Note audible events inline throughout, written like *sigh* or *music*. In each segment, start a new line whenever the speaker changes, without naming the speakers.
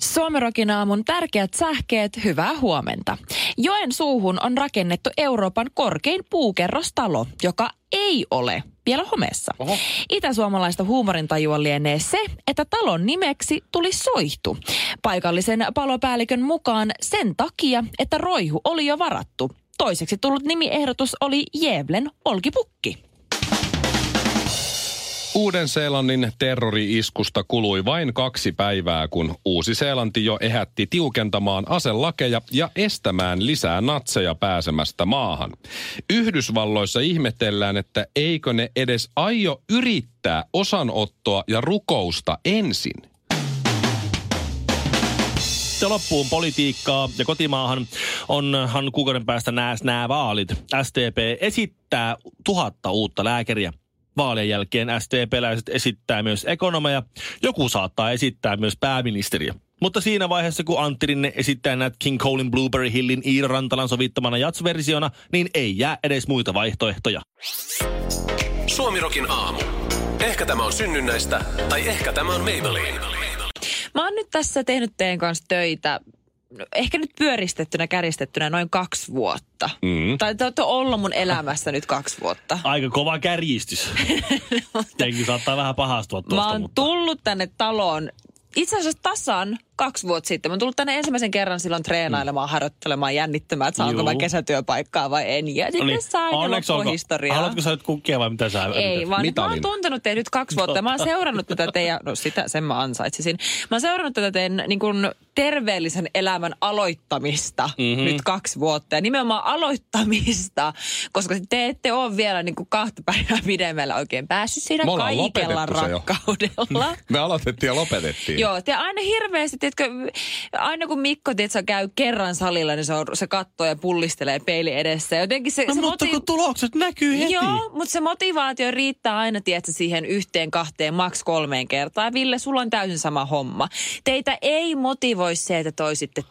Suomerokin aamun tärkeät sähkeet, hyvää huomenta. Joen suuhun on rakennettu Euroopan korkein puukerrostalo, joka ei ole vielä homeessa. Oho. Itäsuomalaista huumorintajua lienee se, että talon nimeksi tuli soihtu. Paikallisen palopäällikön mukaan sen takia, että roihu oli jo varattu. Toiseksi tullut nimiehdotus oli Jevlen olkipukki.
Uuden-Seelannin terrori-iskusta kului vain kaksi päivää, kun Uusi-Seelanti jo ehätti tiukentamaan aselakeja ja estämään lisää natseja pääsemästä maahan. Yhdysvalloissa ihmetellään, että eikö ne edes aio yrittää osanottoa ja rukousta ensin.
sitten loppuun politiikkaa ja kotimaahan onhan kuukauden päästä nämä, nämä vaalit. STP esittää tuhatta uutta lääkäriä. Vaalien jälkeen STP-läiset esittää myös ekonomeja. Joku saattaa esittää myös pääministeriä. Mutta siinä vaiheessa, kun Antti Rinne esittää näitä King Colin Blueberry Hillin Iira Rantalan sovittamana jatsversiona, niin ei jää edes muita vaihtoehtoja.
Suomirokin aamu. Ehkä tämä on synnynnäistä, tai ehkä tämä on Maybelline.
Mä oon nyt tässä tehnyt teidän kanssa töitä, no, ehkä nyt pyöristettynä, käristettynä noin kaksi vuotta.
Mm.
Tai te olette ollut mun elämässä nyt kaksi vuotta.
Aika
*laughs*
kova kärjistys. Jenki saattaa vähän pahastua tuosta.
Mä oon
mutta...
tullut tänne taloon itse asiassa tasan kaksi vuotta sitten. Mä oon tullut tänne ensimmäisen kerran silloin treenailemaan, harjoittelemaan, jännittämään, että saanko
Mm. Juu.
mä kesätyöpaikkaa vai en. Ja sitten
No niin,
sain ja
onneksi
loppui
olkoon.
historiaa.
Haluatko sä nyt kukkia vai mitä sä
Ei,
mitä-
vaan
mitä
mä oon
oli?
tuntenut teidät nyt kaksi vuotta. Mä oon seurannut tätä teidän, no sitä sen mä ansaitsisin. Mä oon seurannut tätä teidän niin kuin terveellisen elämän aloittamista
Mhm.
mm-hmm. nyt kaksi vuotta. Ja nimenomaan aloittamista, koska te ette ole vielä niin kuin kahta päivää pidemmällä oikein päässyt siinä
Me ollaan
kaikella
lopetettu se jo. *laughs* Niin.
rakkaudella.
Me aloitettiin ja lopetettiin.
Joo, te aina hirveästi, tiedätkö, aina kun Mikko tiedätkö, käy kerran salilla, niin se, on, se kattoo ja pullistelee peili edessä. Jotenkin se,
No,
se
mutta
motiv-
kun tulokset näkyy heti.
Joo, mutta se motivaatio riittää aina, tiedätkö, siihen yhteen, kahteen, maks kolmeen kertaan. Ville, sulla on täysin sama homma. Teitä ei motivoi se, että toisitte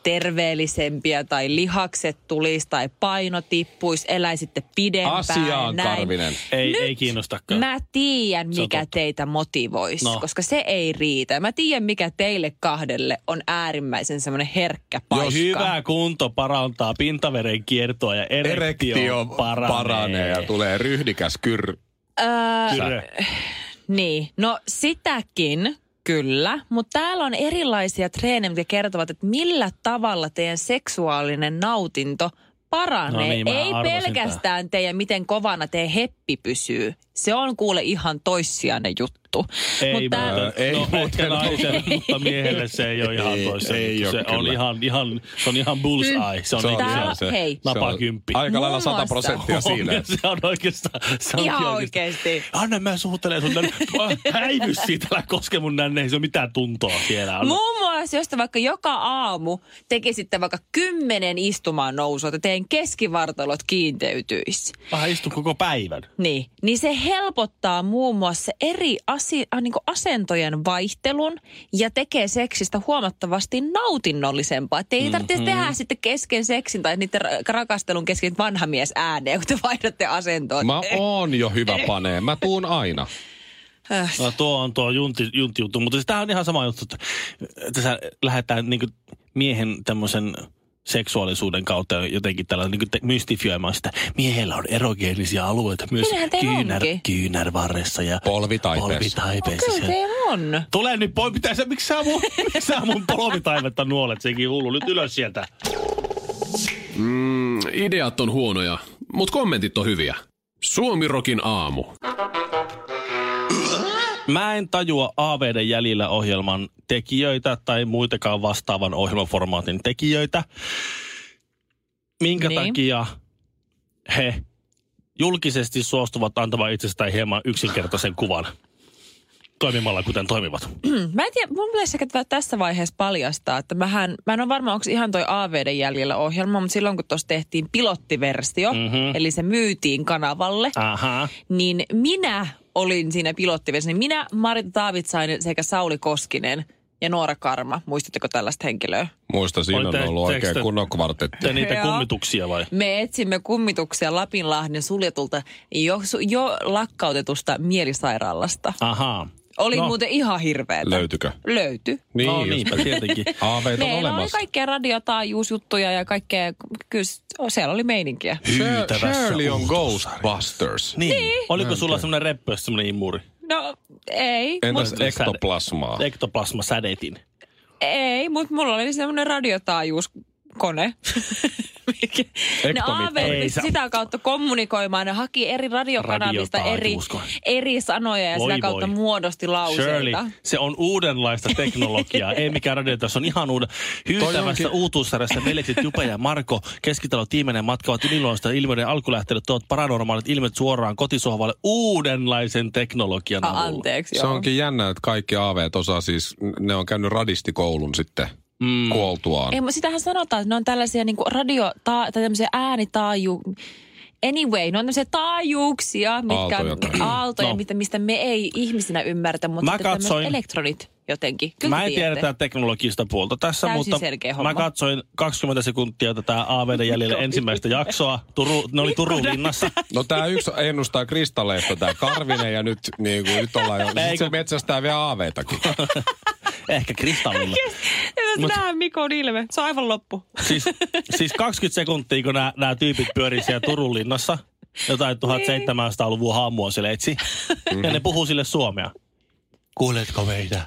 terveellisempiä tai lihakset tulisi tai paino tippuisi, eläisitte pidempään.
Asiaan,
näin.
Karvinen.
Ei,
Nyt
ei kiinnostakaan.
Mä tiedän,
Se on
mikä
totta.
teitä motivoisi, no.
No.
koska se ei riitä. Mä tiedän, mikä teille kahdelle on äärimmäisen semmoinen herkkä paikka.
Jos hyvä kunto parantaa pintaveren kiertoa ja erektio,
Erektio
paranee.
paranee ja tulee ryhdikäs kyr...
Öö,
Kyllä.
Niin, no sitäkin kyllä, mutta täällä on erilaisia treenejä, mitkä kertovat, että millä tavalla teidän seksuaalinen nautinto paranee.
No niin, mä
Ei
arvasin
pelkästään teidän, miten kovana teidän heppi pysyy. Se on kuule ihan toissijainen juttu.
Ei,
Mut tää-
mutta,
Ää, Äh, ei
no, ehkä
*laughs*
muuten
naiselle, mutta miehelle se ei ole ihan
Ei,
toista.
ei
juttu.
oo
se, on
kyllä.
ihan, ihan, se on ihan bullseye. Se on,
Se on,
niinku
se on
Tää-
se.
hei.
Se on
Napakymppi.
Aika lailla
Muun
100
muassa.
prosenttia siinä.
Se *laughs* on oikeastaan. Se on
Ihan oikeesti.
Anna mä suutelen sun nänne. *laughs* Mä Häivy siitä, älä koske mun nänne. Ei se ole mitään tuntoa siellä. Anna.
Muun muassa, jos te vaikka joka aamu tekisitte vaikka kymmenen istumaan nousua, että teidän keskivartalot kiinteytyisi.
Mä istun koko päivän.
Niin, niin se helpottaa muun muassa eri asi, äh, niin asentojen vaihtelun ja tekee seksistä huomattavasti nautinnollisempaa. Että ei tarvitse mm-hmm. tehdä sitten kesken seksin tai niiden ra- rakastelun kesken vanha mies ääneen, kun te vaihdatte asentoa.
*laughs* Mä oon jo hyvä panee. Mä tuun aina.
Äh,
No tuo on tuo junti, junti juttu, mutta siis tämähän on ihan sama juttu, että tässä lähdetään niinku miehen tämmöisen seksuaalisuuden kautta jotenkin tällä niinku te- mystifioimaan sitä. Miehellä on erogeenisia alueita myös
Minähän teillä
kyynär,
onkin. No
kyynärvarressa ja
Polvitaipeessa.
polvitaipeessa.
Kyllä
Siellä-
se on.
Tule nyt pois, mitä sä, miksi sä mun, *laughs* miksi sä mun polvitaivetta nuolet, sekin hullu, nyt ylös sieltä.
Mm, ideat on huonoja, mutta kommentit on hyviä. Suomirokin aamu.
Mä en tajua AVD jäljellä ohjelman tekijöitä tai muitakaan vastaavan ohjelmaformaatin tekijöitä. Minkä
Niin.
niin. takia he julkisesti suostuvat antamaan itsestään hieman yksinkertaisen kuvan? toimimalla kuten toimivat.
Mm. Mä en tiedä, mun pitäisi ehkä tä- tässä vaiheessa paljastaa, että mähän, mä en ole varma, onko ihan toi AVD jäljellä ohjelma, mutta silloin kun tuossa tehtiin pilottiversio, mm-hmm. eli se myytiin kanavalle,
Aha.
niin minä olin siinä pilottiversiossa. Niin Minä, Marita Taavitsainen sekä Sauli Koskinen ja Noora Karma. Muistatteko tällaista henkilöä?
Muista siinä on
Oli te-
ollut oikein
tekstä-
kunnon kvartetti.
Ja niitä
Joo.
kummituksia vai?
Me etsimme kummituksia Lapinlahden suljetulta jo, su- jo lakkautetusta mielisairaalasta.
Ah,
Ahaa.
Oli
No.
no. muuten ihan hirveetä.
Löytykö?
Löyty.
Niin,
no
just.
niinpä tietenkin.
Haaveet on
Meillä oli
olemassa.
kaikkea radiotaajuusjuttuja ja kaikkea, kyllä s- siellä oli meininkiä.
Shir-
Hyytävässä
Shirley on
uutuussarja.
Ghostbusters.
Niin. niin. Oliko sulla semmoinen reppö, semmoinen imuri?
No ei,
Entäs
Mut-
ektoplasmaa?
Ektoplasma sädetin.
ei, mutta mulla oli semmoinen radiotaajuuskone. Mikä- ne
Ektomittari.
Ei
aaveet
sä-
pisti No, sitä kautta kommunikoimaan. Ne haki eri radiokanavista eri,
Radiotaajuuskone.
eri sanoja ja
Voi
sitä kautta
voi.
muodosti
Shirley,
lauseita.
se on uudenlaista
*laughs*
teknologiaa. Ei mikään radio, tässä on ihan uuden. Hyytävässä
onkin-
uutuussarjassa veljekset Jupe ja Marko keskitalo tiimenen matkavat yliluonnollista ilmiöiden alkulähteille tuot paranormaalit ilmiöt suoraan kotisohvalle uudenlaisen teknologian
Ah,
avulla.
anteeksi,
Se
joo.
onkin jännä, että kaikki aaveet osaa siis, ne on käynyt radistikoulun sitten mm. kuoltuaan.
Ei, mutta sitähän sanotaan, että ne on tällaisia niin radio- tai tämmöisiä äänitaaju... Anyway, ne on tämmöisiä taajuuksia, mitkä
Aaltoja tai-
on aaltoja,
No.
no. mitä, mistä me ei ihmisinä ymmärtä, mutta
Mä
sitten tämmöiset
katsoin-
elektronit jotenkin. Kyllä
Mä en
te
tiedä
tiedätte.
tätä teknologista puolta tässä,
Täysin
mutta
selkeä
mä
homma.
katsoin 20 sekuntia tätä AVD
*laughs*
jäljellä ensimmäistä jaksoa. Turu, ne oli Turun linnassa.
No tää yksi ennustaa kristalleista, tää Karvinen, ja nyt, niin kuin, nyt ollaan jo, sit se metsästää vielä aaveitakin.
Ehkä kristallilla.
Mut... Nähdään Mikon ilme. Se on aivan loppu.
Siis, siis 20 sekuntia, kun nämä tyypit pyörii siellä Turun linnassa, jotain
Niin.
1700-luvun haamua se leitsi, ja ne puhuu sille suomea. Kuuletko meitä?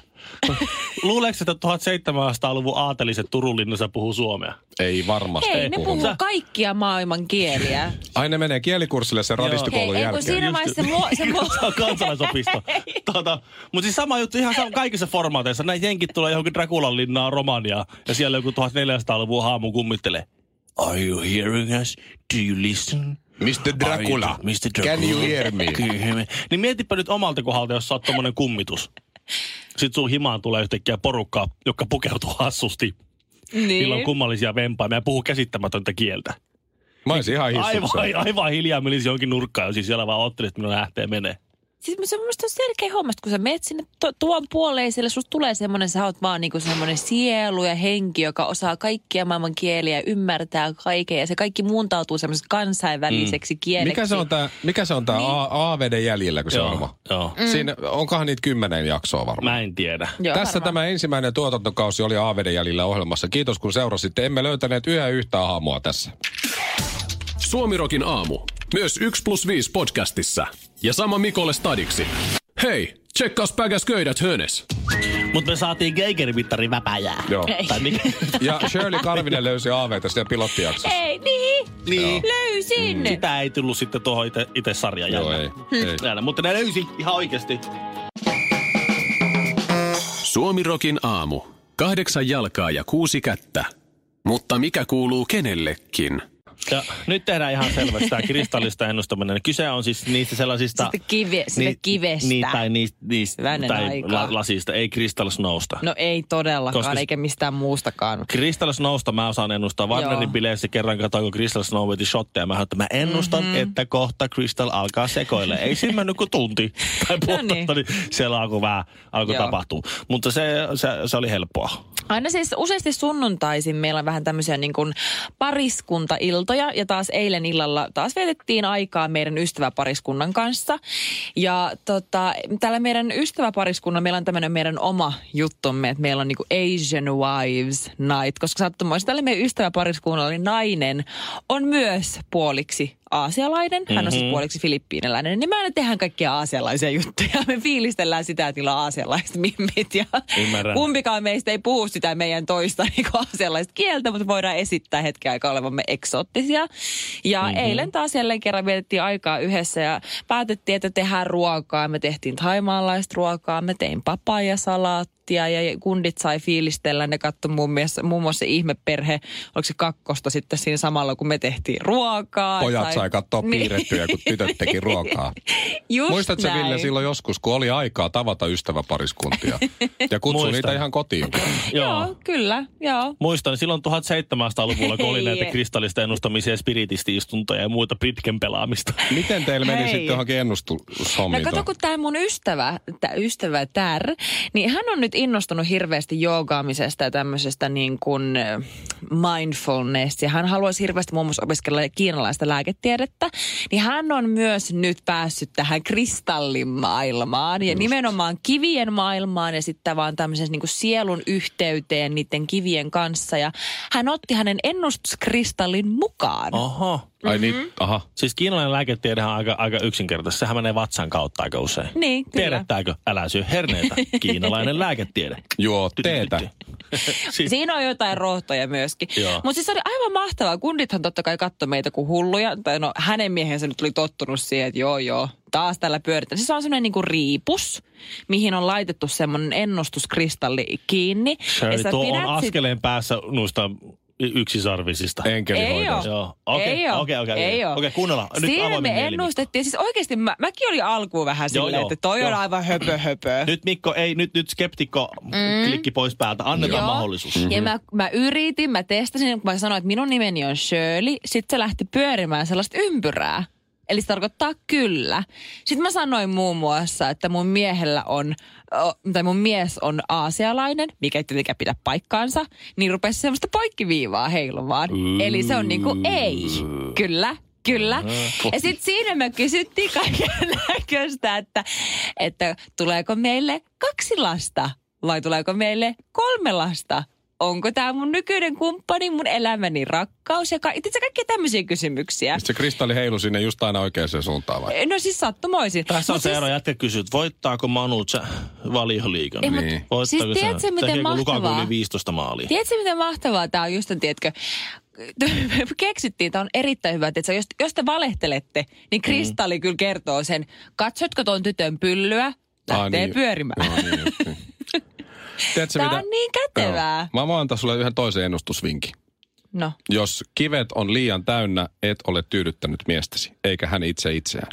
Luuleeko, että 1700-luvun aateliset Turun linnassa puhuu suomea?
Ei varmasti
Ei, ne
puhu.
puhuu
Sä-
kaikkia maailman kieliä.
Ai ne menee kielikurssille sen
Hei,
radistokoulun
ei kun
jälkeen.
siinä vaiheessa se
*laughs*
luo... Se luo
*laughs* Se on kansalaisopisto. Tota, mutta siis sama juttu ihan sama, kaikissa formaateissa. Näin jenkit tulee johonkin Drakulan linnaan Romaniaan ja siellä joku 1400-luvun haamu kummittelee. Are you hearing us? Do you listen?
Mr. Dracula,
Are you- Mr. Dracula.
can you hear me?
Can you hear me? Niin mietipä nyt omalta kohdalta, jos sä oot tommonen kummitus. Sitten sun himaan tulee yhtäkkiä porukkaa, joka pukeutuu hassusti. Niillä on
niin.
kummallisia vempaimia ja puhuu käsittämätöntä kieltä.
Mä olisin ihan hissuksella.
Aivan, aivan hiljaa menisi jonkin nurkkaan, jos siis siellä vaan ottelet, että minä lähtee menee.
Siis se on mun mielestä on selkeä homma, että kun sä meet sinne to- tuon puoleiselle, susta tulee semmoinen, sä oot vaan niinku semmoinen sielu ja henki, joka osaa kaikkia maailman kieliä ja ymmärtää kaiken. Ja se kaikki muuntautuu semmoiseksi kansainväliseksi mm. kieleksi.
Mikä se on tää, mikä se on tää niin. AVD jäljellä, kun se on oma?
joo.
Mm. Siinä, onkohan niitä kymmenen jaksoa varmaan?
Mä en tiedä.
Joo,
Tässä
varmaan.
tämä ensimmäinen tuotantokausi oli AVD jäljellä ohjelmassa. Kiitos kun seurasitte. Emme löytäneet yhä yhtä haamua tässä.
Suomirokin aamu. Myös 1 plus 5 podcastissa. Ja sama Mikolle stadiksi. Hei, tsekkaus päkäs köydät hönes.
Mutta me saatiin Geiger-mittari väpäjää.
Joo.
Tai mikä?
Ja Shirley Karvinen löysi aaveita siinä pilottijaksossa.
Ei, niin,
niin.
löysin. Mm.
Sitä ei tullut sitten tuohon itse, itse sarjan
Joo,
jäljellä.
ei. ei.
Näin, mutta ne löysi ihan oikeasti.
Suomirokin aamu. Kahdeksan jalkaa ja kuusi kättä. Mutta mikä kuuluu kenellekin?
Ja nyt tehdään ihan selväksi tämä kristallista ennustaminen. Kyse on siis niistä sellaisista...
Sitä, kive, sitä
nii-
kivestä.
Niin, tai niistä, niistä
Hyvänen
tai
aika.
la, lasista, ei kristallisnousta.
No ei todellakaan,
Koska-
Koska... eikä mistään muustakaan.
Kristallisnousta mä osaan ennustaa. Wagnerin
Joo.
bileissä kerran katsoin, kun Crystal Snow veti shotteja. Mä sanoin, että mä ennustan,
Mhm.
mm-hmm. että kohta Crystal alkaa sekoilla. Ei siinä mennyt kuin
*laughs*
tunti tai
No niin.
puolitoista, niin siellä alkoi vähän, alkoi
Joo.
tapahtua. Mutta se, se, se oli helppoa.
Aina siis useasti sunnuntaisin meillä on vähän tämmöisiä niin kuin pariskuntailtoja ja taas eilen illalla taas vietettiin aikaa meidän ystäväpariskunnan kanssa. Ja tota, täällä meidän ystäväpariskunnan meillä on tämmöinen meidän oma juttumme, että meillä on niin kuin Asian Wives Night, koska sattumoisin tällä meidän ystäväpariskunnalla niin nainen on myös puoliksi aasialainen, hän on siis puoliksi filippiiniläinen, niin me aina tehdään kaikkia aasialaisia juttuja. *laughs* Me fiilistellään sitä, että niillä on aasialaiset mimmit ja
Ymmärrän.
kumpi kumpikaan meistä ei puhu sitä meidän toista *laughs* niin sellaista kieltä, mutta voidaan esittää hetken aikaa olevamme eksoottisia. Ja
Mhm.
mm-hmm. eilen taas jälleen kerran vietettiin aikaa yhdessä ja päätettiin, että tehdään ruokaa. Me tehtiin thaimaalaista ruokaa, mä tein papajasalaattia debattia ja kundit sai fiilistellä. Ne katsoi muun muassa, muun muassa ihmeperhe, oliko se kakkosta sitten siinä samalla, kun me tehtiin ruokaa. Niin.
Pojat sai katsoa piirrettyjä, kun tytöt teki ruokaa.
*laughs* Just
Muistatko
näin.
Ville silloin joskus, kun oli aikaa tavata
*laughs*
ystäväpariskuntia ja kutsui
Muistan.
niitä ihan kotiin?
Joo, kyllä, joo.
Muistan silloin
*laughs*
1700-luvulla, kun oli
Hei.
näitä kristallista ennustamisia ja spiritisti-istuntoja ja muuta pitken pelaamista.
Miten teillä meni
Hei.
sitten johonkin
No
ennustushommiin?
kato, kun tämä mun ystävä, tää ystävä Tär, niin hän on nyt innostunut hirveästi joogaamisesta ja tämmöisestä niin kuin eh, mindfulness. Ja hän haluaisi hirveästi muun muassa opiskella kiinalaista lääketiedettä. Niin hän on myös nyt päässyt tähän kristallimaailmaan ja nimenomaan kivien maailmaan ja sitten vaan tämmöisen niin kuin sielun yhteyteen niiden kivien kanssa. Ja hän otti hänen ennustuskristallin mukaan.
Oho.
Ai
Mm-hmm.
niin, aha.
Siis kiinalainen lääketiedehän on aika, aika yksinkertaista. Sehän menee vatsan kautta aika usein.
Niin, kyllä.
Tiedättääkö? Älä syö
*laughs*
herneitä. Kiinalainen lääketiede.
Juo teetä.
Siis-
*laughs* Siinä on jotain rohtoja myöskin.
Joo.
Mutta siis se oli aivan mahtavaa. Kundithan totta kai katsoi meitä kuin hulluja. Tai no, hänen miehensä nyt oli tottunut siihen, että joo joo, taas tällä pyöritään. Siis se on semmoinen niinku riipus, mihin on laitettu semmoinen ennustuskristalli kiinni.
Shirley,
sä
tuo
pidät
on askeleen päässä noista y- yksisarvisista.
Ei
Enkelihoidosta.
oo.
Joo. Okei,
Ei oo.
okei, okei, okei.
Ei oo.
Okei, kuunnellaan. Nyt
Siinä
avoimin
me
mielin.
ennustettiin. Siis oikeasti mä, mäkin olin alkuun vähän
Joo,
silleen,
joo,
että toi on
joo.
aivan höpö höpö.
Nyt Mikko, ei, nyt, nyt skeptikko mm. klikki pois päältä. Annetaan
Joo. Mm.
mahdollisuus.
Ja mä, mä yritin, mä testasin, kun mä sanoin, että minun nimeni on Shirley, sitten se lähti pyörimään sellaista ympyrää. Eli se tarkoittaa kyllä. Sitten mä sanoin muun muassa, että mun miehellä on, o, tai mun mies on aasialainen, mikä ei tietenkään pidä paikkaansa, niin rupesi semmoista poikkiviivaa heilumaan. Eli se on niinku ei. Kyllä, kyllä. Ja sitten siinä me kysyttiin kaiken *laughs* näköistä, että, että tuleeko meille kaksi lasta vai tuleeko meille kolme lasta? Onko tämä mun nykyinen kumppani, mun elämäni rakkaus ja ka- itse kaikkia tämmöisiä kysymyksiä.
Sitten se kristalli heilu sinne just aina oikeaan suuntaan vai?
No siis sattumoisin.
Tässä on
Mut
se
siis-
ero. Jätkä kysyy, että voittaako Manu Tsä- valioliigan?
Ei, mut-
Niin.
Voittaako
Siis tiedätkö,
sen?
miten
Tekeekö Lukaku
mahtavaa?
yli 15 maalia?
Tiedätkö, miten mahtavaa tämä on just, että tiedätkö, *laughs* me keksittiin, tämä on erittäin hyvä. Että jos, jos te valehtelette, niin
Mm.
kristalli kyllä kertoo sen. Katsotko ton tytön pyllyä? Lähtee
niin.
pyörimään.
Joo, niin just niin. Tiedätkö,
Tää
mitä?
on niin kätevää.
Joo. Mä voin antaa sulle yhden toisen ennustusvinkin.
*laughs* No,
Jos kivet on liian täynnä, et ole tyydyttänyt miestäsi, eikä hän itse itseään.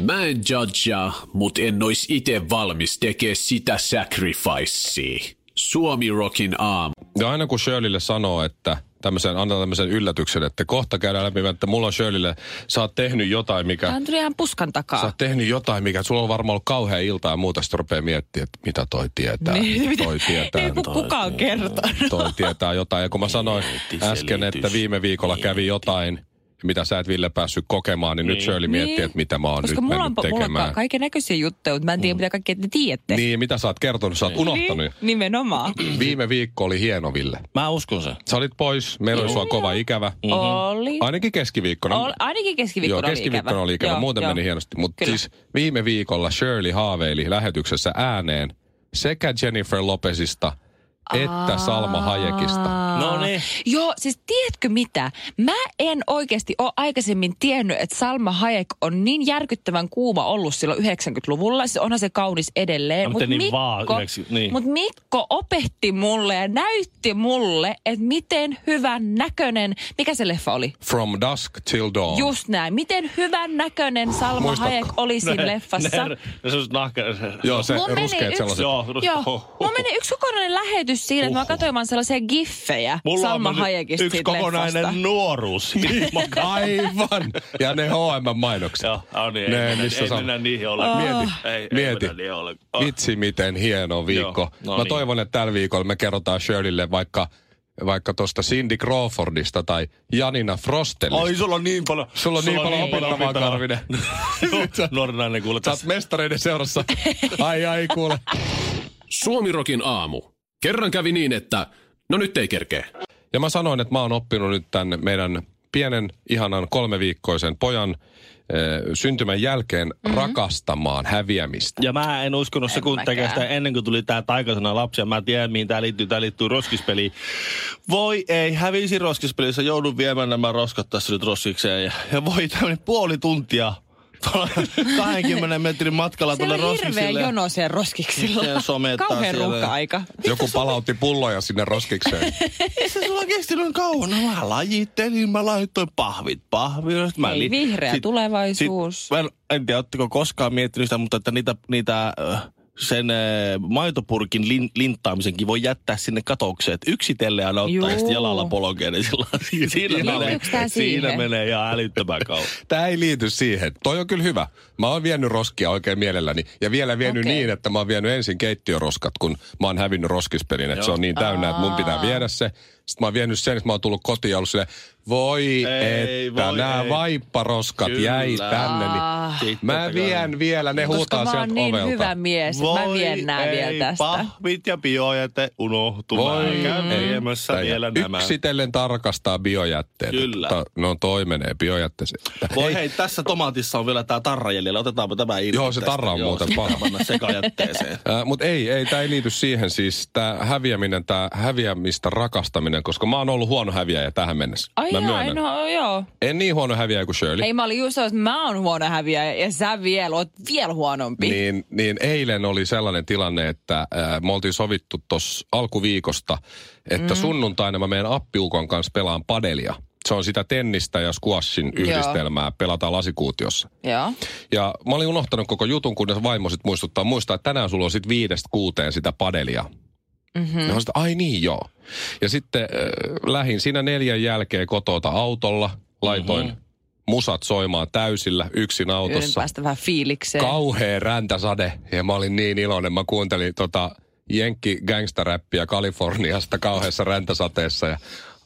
Mä en judgea, mut en ois ite valmis tekee sitä sacrificea. Suomi Rockin aamu.
Ja aina kun Shirleylle sanoo, että tämmöisen, antaa tämmöisen yllätyksen, että kohta käydään läpi, että mulla on Shirleylle, sä oot tehnyt jotain, mikä...
tämä tuli ihan puskan
Sä
takaa.
oot tehnyt jotain, mikä sulla on varmaan ollut kauhea ilta ja muuta. Sitten rupeaa miettimään, että mitä toi tietää.
Niin, mitä-
toi tietää.
Ei kun kukaan on kertonut.
toi tietää jotain. Ja kun mä sanoin
Selitys,
äsken, että viime viikolla kävi jotain, mitä sä et Ville päässyt kokemaan, niin, nyt Shirley miettii, että mitä mä oon
Koska
nyt
mulla on,
mennyt
mulla on
tekemään. Mm.
kaiken näköisiä juttuja, mutta mä en tiedä, mitä kaikkea te tiedätte.
Niin, mitä sä oot kertonut, sä oot
Niin.
unohtanut.
nimenomaan.
Viime viikko oli hieno, Ville.
Mä uskon sen.
Sä olit pois, meillä oli sua kova ikävä.
Oli.
Ainakin keskiviikkona.
Niin. Ol, ainakin
Mm-hmm.
keskiviikkona
Joo,
oli
keskiviikkona oli ikävä.
Joo,
Muuten
joo.
meni hienosti. Mutta
Kyllä.
siis viime viikolla Shirley haaveili lähetyksessä ääneen sekä Jennifer Lopezista että Salma Hayekista.
Aa.
No niin.
Joo, siis tiedätkö mitä? Mä en oikeasti ole aikaisemmin tiennyt, että Salma Hayek on niin järkyttävän kuuma ollut silloin 90-luvulla. Siis onhan se kaunis edelleen.
No,
Mutta
mutta niin
Mikko,
vaan 90 niin.
mut Mikko opetti mulle ja näytti mulle, että miten hyvän näköinen, mikä se leffa oli?
From Dusk Till Dawn.
Just näin. Miten hyvän näköinen Salma
Muistatko?
Hayek oli siinä
*laughs*
leffassa.
Ne, ne, se on nahka.
Joo, se
Mun meni
ruskeet
yksi-
sellaiset. *laughs*
Joo, no, rus-
Joo.
Oho.
Mulla meni yksi kokonainen lähetys siinä, että mä katsoin vaan sellaisia giffejä
Mulla
Salma
on mennyt
Hayekista
yksi
siitä
kokonainen
leffasta. Niin.
nuoruus.
Aivan! Ja ne H&M-mainokset.
Joo, no niin,
Ne,
ei, mennä,
missä
ei
sä-
mennä niihin ollenkaan.
Mieti,
ei,
mieti.
Ei mennä niihin ollenkaan.
Vitsi, miten hieno viikko.
Joo, no
Mä
niin.
toivon, että tällä viikolla me kerrotaan Shirleylle vaikka vaikka tuosta Cindy Crawfordista tai Janina Frostellista.
Ai, sulla on niin paljon.
Sulla on niin paljon opittavaa,
*laughs*
Karvinen.
Nuori nainen kuule
Sä oot
tässä.
mestareiden *laughs* seurassa. Ai ai kuule.
Suomi Rockin aamu. Kerran kävi niin, että no nyt ei kerkeä.
Ja mä sanoin, että mä oon oppinut nyt tämän meidän pienen, ihanan kolmeviikkoisen pojan eh, syntymän jälkeen mm-hmm. rakastamaan häviämistä.
Ja mä en uskonut se, kun
mäkään.
tekee sitä ennen kuin tuli tää taikasana lapsia. Mä tiedän, mihin tää liittyy. Tää liittyy roskispeliin. Voi ei, hävisi roskispelissä. Joudun viemään nämä roskat tässä nyt roskikseen. Ja, ja voi tämmönen puoli tuntia tuolla *laughs* 20 metrin matkalla
Siellä
tuolle
on hirveä
roskiksille.
jono siellä roskiksilla.
Siellä somettaa
Kauhean
siellä.
ruuhka-aika.
Joku palautti pulloja sinne roskikseen.
Ei se sulla kesti noin kauan. No mä lajittelin, mä laitoin pahvit pahville. Sit Mä
Ei,
li-
vihreä tulevaisuus.
Sit, mä en, en tiedä, ootteko koskaan miettinyt sitä, mutta että niitä, niitä ö, sen ö, maitopurkin lin, linttaamisenkin voi jättää sinne katokseen. Et Yksitellen aina ottaa
Juu.
ja sitten jalalla polkee,
*laughs*
niin sillä, siinä, menee,
Liittyykö tää
siinä
siihen?
menee ihan älyttömän kauan.
Tämä ei liity siihen. Toi on kyllä hyvä. Mä oon vienyt roskia oikein mielelläni. Ja vielä vienyt okay.
Okei.
niin, että mä oon vienyt ensin keittiöroskat, kun mä oon hävinnyt roskispelin. Että se on niin täynnä, että mun pitää viedä se. Sitten mä oon vienyt sen, että mä oon tullut kotiin ja ollut silleen, voi ei,
Ei,
että
voi
nämä
ei.
vaipparoskat kyllä. jäi
Kyllä.
tänne. Niin
Ah,
Sitten
mä
totta kai.
vien vielä, ne
koska
huutaa
mä
sieltä
oon niin
ovelta.
hyvä mies, mä vien nää
ei,
vielä tästä.
pahvit ja biojäte unohtumaan.
Voi
Voi Käyn
ei.
viemässä
Tai
vielä nämä.
Yksitellen tarkastaa biojätteet.
Kyllä.
Ta- No toi menee biojätteeseen.
Voi hei, tässä tomaatissa on vielä tää tarra jäljellä. Otetaanpa tämä irti.
Joo, se
tästä.
tarra on
Joo,
muuten
se pitää
paha.
panna sekajätteeseen.
Mutta ei, ei, tämä ei liity siihen. Siis tämä häviäminen, tämä häviämistä rakastaminen, koska mä oon ollut huono häviäjä tähän mennessä.
Ai
mä
joo, ai no, joo.
En niin huono häviäjä kuin Shirley.
Ei mä olin just sanonut, että mä oon huono häviäjä ja sä vielä oot vielä huonompi.
Niin, niin eilen oli sellainen tilanne, että äh, me oltiin sovittu tuossa alkuviikosta, että mm. sunnuntaina mä menen appiukon kanssa pelaan padelia. Se on sitä tennistä ja squashin yhdistelmää, pelataan lasikuutiossa.
Joo.
Ja mä olin unohtanut koko jutun, kunnes vaimo sit muistuttaa muistaa, että tänään sulla on sit viidestä kuuteen sitä padelia. Mm-hmm. Ja mä sit, ai niin joo. Ja sitten äh, lähin siinä neljän jälkeen kotota autolla, laitoin mm-hmm. musat soimaan täysillä yksin
Yritän
autossa.
päästä vähän fiilikseen.
Kauhea räntäsade ja mä olin niin iloinen. Mä kuuntelin tota Jenkki gangsteräppiä Kaliforniasta kauheassa räntäsateessa ja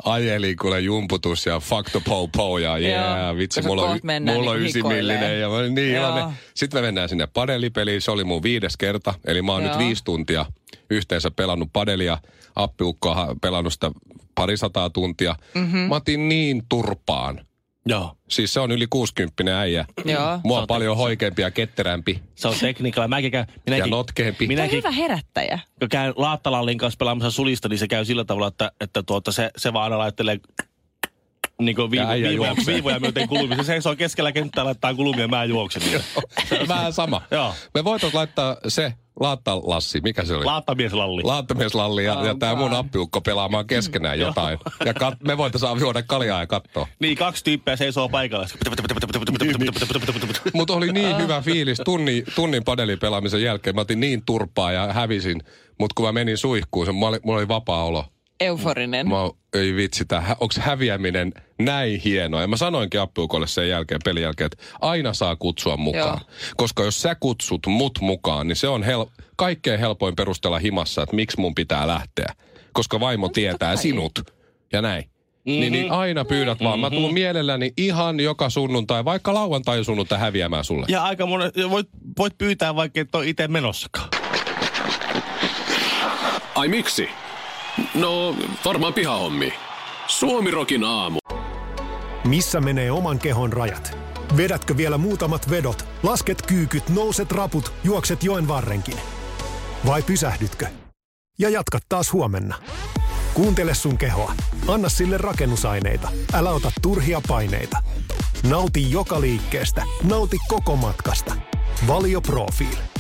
ajelin kuule jumputus ja fuck the po po ja yeah,
Joo,
vitsi,
koska
mulla on,
kohta mennään
mulla on
niinku
ysimillinen
hikoilee.
ja mä olin niin
Joo.
iloinen. Sitten me mennään sinne padelipeliin, se oli mun viides kerta, eli mä oon nyt
Joo.
viisi tuntia yhteensä pelannut padelia, appiukko on pelannut sitä parisataa tuntia.
Mhm.
Mm-hmm. Mä otin niin turpaan.
Joo.
Siis se on yli 60 äijä.
Joo.
Mua on paljon hoikeampi ja ketterämpi.
Se on tekniikalla. Mäkin käyn, minäkin,
Ja notkeempi.
Toi on
minäkin
hyvä herättäjä.
kun käyn Laattalallin kanssa pelaamassa sulista, niin se käy sillä tavalla, että, että tuota, se, se vaan aina laittelee niin kuin
Ja
viivo,
äijä
viivoja,
juoksee.
viivoja myöten kulumia. Se seisoo keskellä kenttää laittaa kulumia ja mä juoksen.
*laughs* Vähän sama.
Joo.
Me voitais laittaa se Laattallassi, mikä se oli?
Laattamieslalli.
Laattamieslalli ja, ja tämä mun appiukko pelaamaan keskenään jotain. ja kat, me voitaisiin juoda kaljaa ja katsoa.
Niin, kaksi tyyppiä seisoo paikalla.
Mutta oli niin hyvä fiilis tunnin, tunnin padelipelaamisen jälkeen. Mä otin niin turpaa ja hävisin. Mutta kun mä menin suihkuun, se, mulla, oli, mulla oli vapaa olo.
Euforinen.
Mä oon, ei vitsi, onko häviäminen näin hienoa? Ja mä sanoinkin appiukolle sen jälkeen, pelin jälkeen, että aina saa kutsua mukaan. Joo. Koska jos sä kutsut mut mukaan, niin se on hel- kaikkein helpoin perustella himassa, että miksi mun pitää lähteä. Koska vaimo no, tietää sinut ja näin. Mm-hmm. Niin, niin aina pyydät mm-hmm. vaan. Mä tuun mielelläni ihan joka sunnuntai, vaikka lauantai ja sunnuntai häviämään sulle.
Ja aika monen, ja voit, voit pyytää vaikka et ole itse menossakaan.
Ai miksi? No, varmaan pihahommi. Suomirokin aamu.
Missä menee oman kehon rajat? Vedätkö vielä muutamat vedot? Lasket kyykyt, nouset raput, juokset joen varrenkin. Vai pysähdytkö? Ja jatka taas huomenna. Kuuntele sun kehoa. Anna sille rakennusaineita. Älä ota turhia paineita. Nauti joka liikkeestä. Nauti koko matkasta. Valio Profiili.